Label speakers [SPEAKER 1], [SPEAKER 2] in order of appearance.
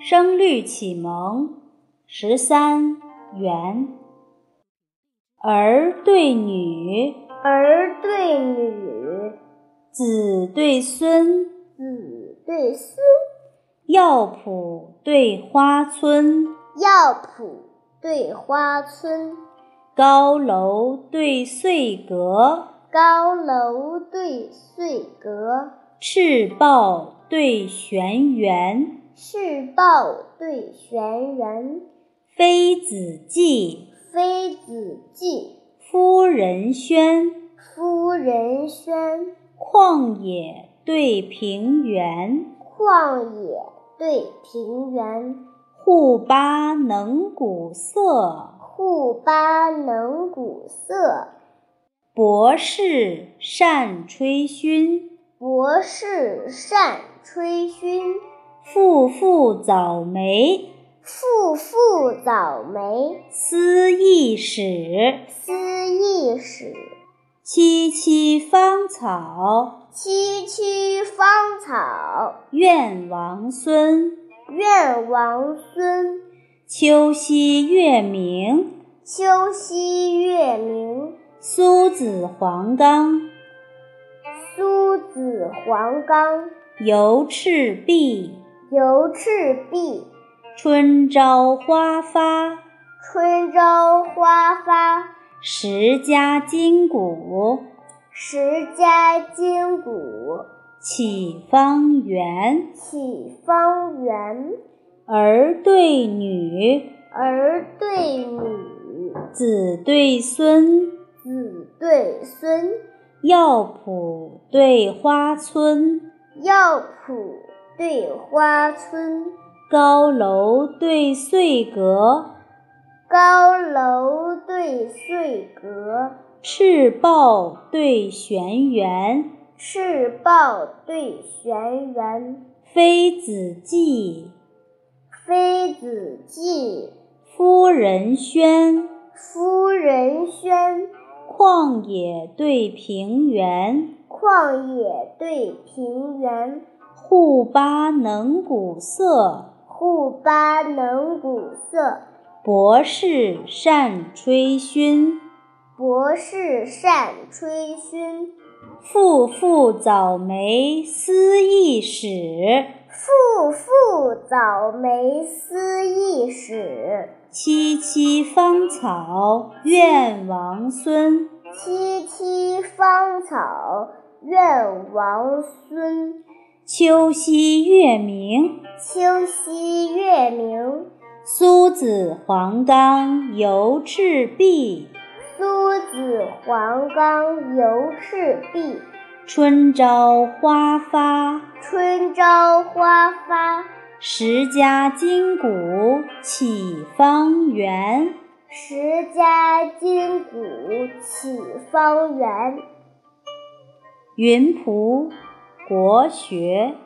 [SPEAKER 1] 声律启蒙十三元，儿对女，
[SPEAKER 2] 儿对女，
[SPEAKER 1] 子对孙，
[SPEAKER 2] 子对孙，
[SPEAKER 1] 药圃对花村，
[SPEAKER 2] 药圃对花村，
[SPEAKER 1] 高楼对碎阁，
[SPEAKER 2] 高楼对碎阁，
[SPEAKER 1] 赤豹对玄猿。
[SPEAKER 2] 是豹对玄猿，
[SPEAKER 1] 妃子记，
[SPEAKER 2] 妃子记，
[SPEAKER 1] 夫人轩，
[SPEAKER 2] 夫人轩，
[SPEAKER 1] 旷野对平原，
[SPEAKER 2] 旷野对平原，
[SPEAKER 1] 户巴能鼓瑟，
[SPEAKER 2] 户巴能鼓瑟，
[SPEAKER 1] 博士善吹埙，
[SPEAKER 2] 博士善吹埙。
[SPEAKER 1] 复复早梅，
[SPEAKER 2] 复复早梅，
[SPEAKER 1] 思忆始；
[SPEAKER 2] 思忆始，
[SPEAKER 1] 萋萋芳草，
[SPEAKER 2] 萋萋芳草，
[SPEAKER 1] 愿王孙。
[SPEAKER 2] 愿王孙。
[SPEAKER 1] 秋夕月明，
[SPEAKER 2] 秋夕月明，
[SPEAKER 1] 苏子黄冈，
[SPEAKER 2] 苏子黄冈，
[SPEAKER 1] 犹赤壁。
[SPEAKER 2] 犹赤壁。
[SPEAKER 1] 春朝花发，
[SPEAKER 2] 春朝花发，
[SPEAKER 1] 时家筋骨，
[SPEAKER 2] 时家筋骨。
[SPEAKER 1] 起方圆。
[SPEAKER 2] 起方圆，
[SPEAKER 1] 儿对女，
[SPEAKER 2] 儿对女，
[SPEAKER 1] 子对孙，
[SPEAKER 2] 子对孙，
[SPEAKER 1] 药圃对花村，
[SPEAKER 2] 药圃对花村，
[SPEAKER 1] 高楼对碎阁，
[SPEAKER 2] 高楼对碎阁，
[SPEAKER 1] 赤豹对玄猿，
[SPEAKER 2] 赤豹对玄猿，
[SPEAKER 1] 妃子记，
[SPEAKER 2] 妃子记，
[SPEAKER 1] 夫人轩，
[SPEAKER 2] 夫人轩，
[SPEAKER 1] 旷野对平原，
[SPEAKER 2] 旷野对平原，
[SPEAKER 1] 户巴能鼓瑟，
[SPEAKER 2] 户巴能鼓瑟，
[SPEAKER 1] 博士善吹埙。
[SPEAKER 2] 博士善吹埙。
[SPEAKER 1] 复复早梅思忆始，
[SPEAKER 2] 复复早梅思忆始，
[SPEAKER 1] 萋萋芳草怨王孙。
[SPEAKER 2] 萋萋芳草怨王孙。
[SPEAKER 1] 秋夕月明，
[SPEAKER 2] 秋夕月明，
[SPEAKER 1] 苏子黄冈犹赤壁。
[SPEAKER 2] 苏子黄冈犹赤壁。
[SPEAKER 1] 春朝花发，
[SPEAKER 2] 春朝花发，
[SPEAKER 1] 时家筋骨起方圆。
[SPEAKER 2] 时家筋骨起方圆。
[SPEAKER 1] 云浦国学。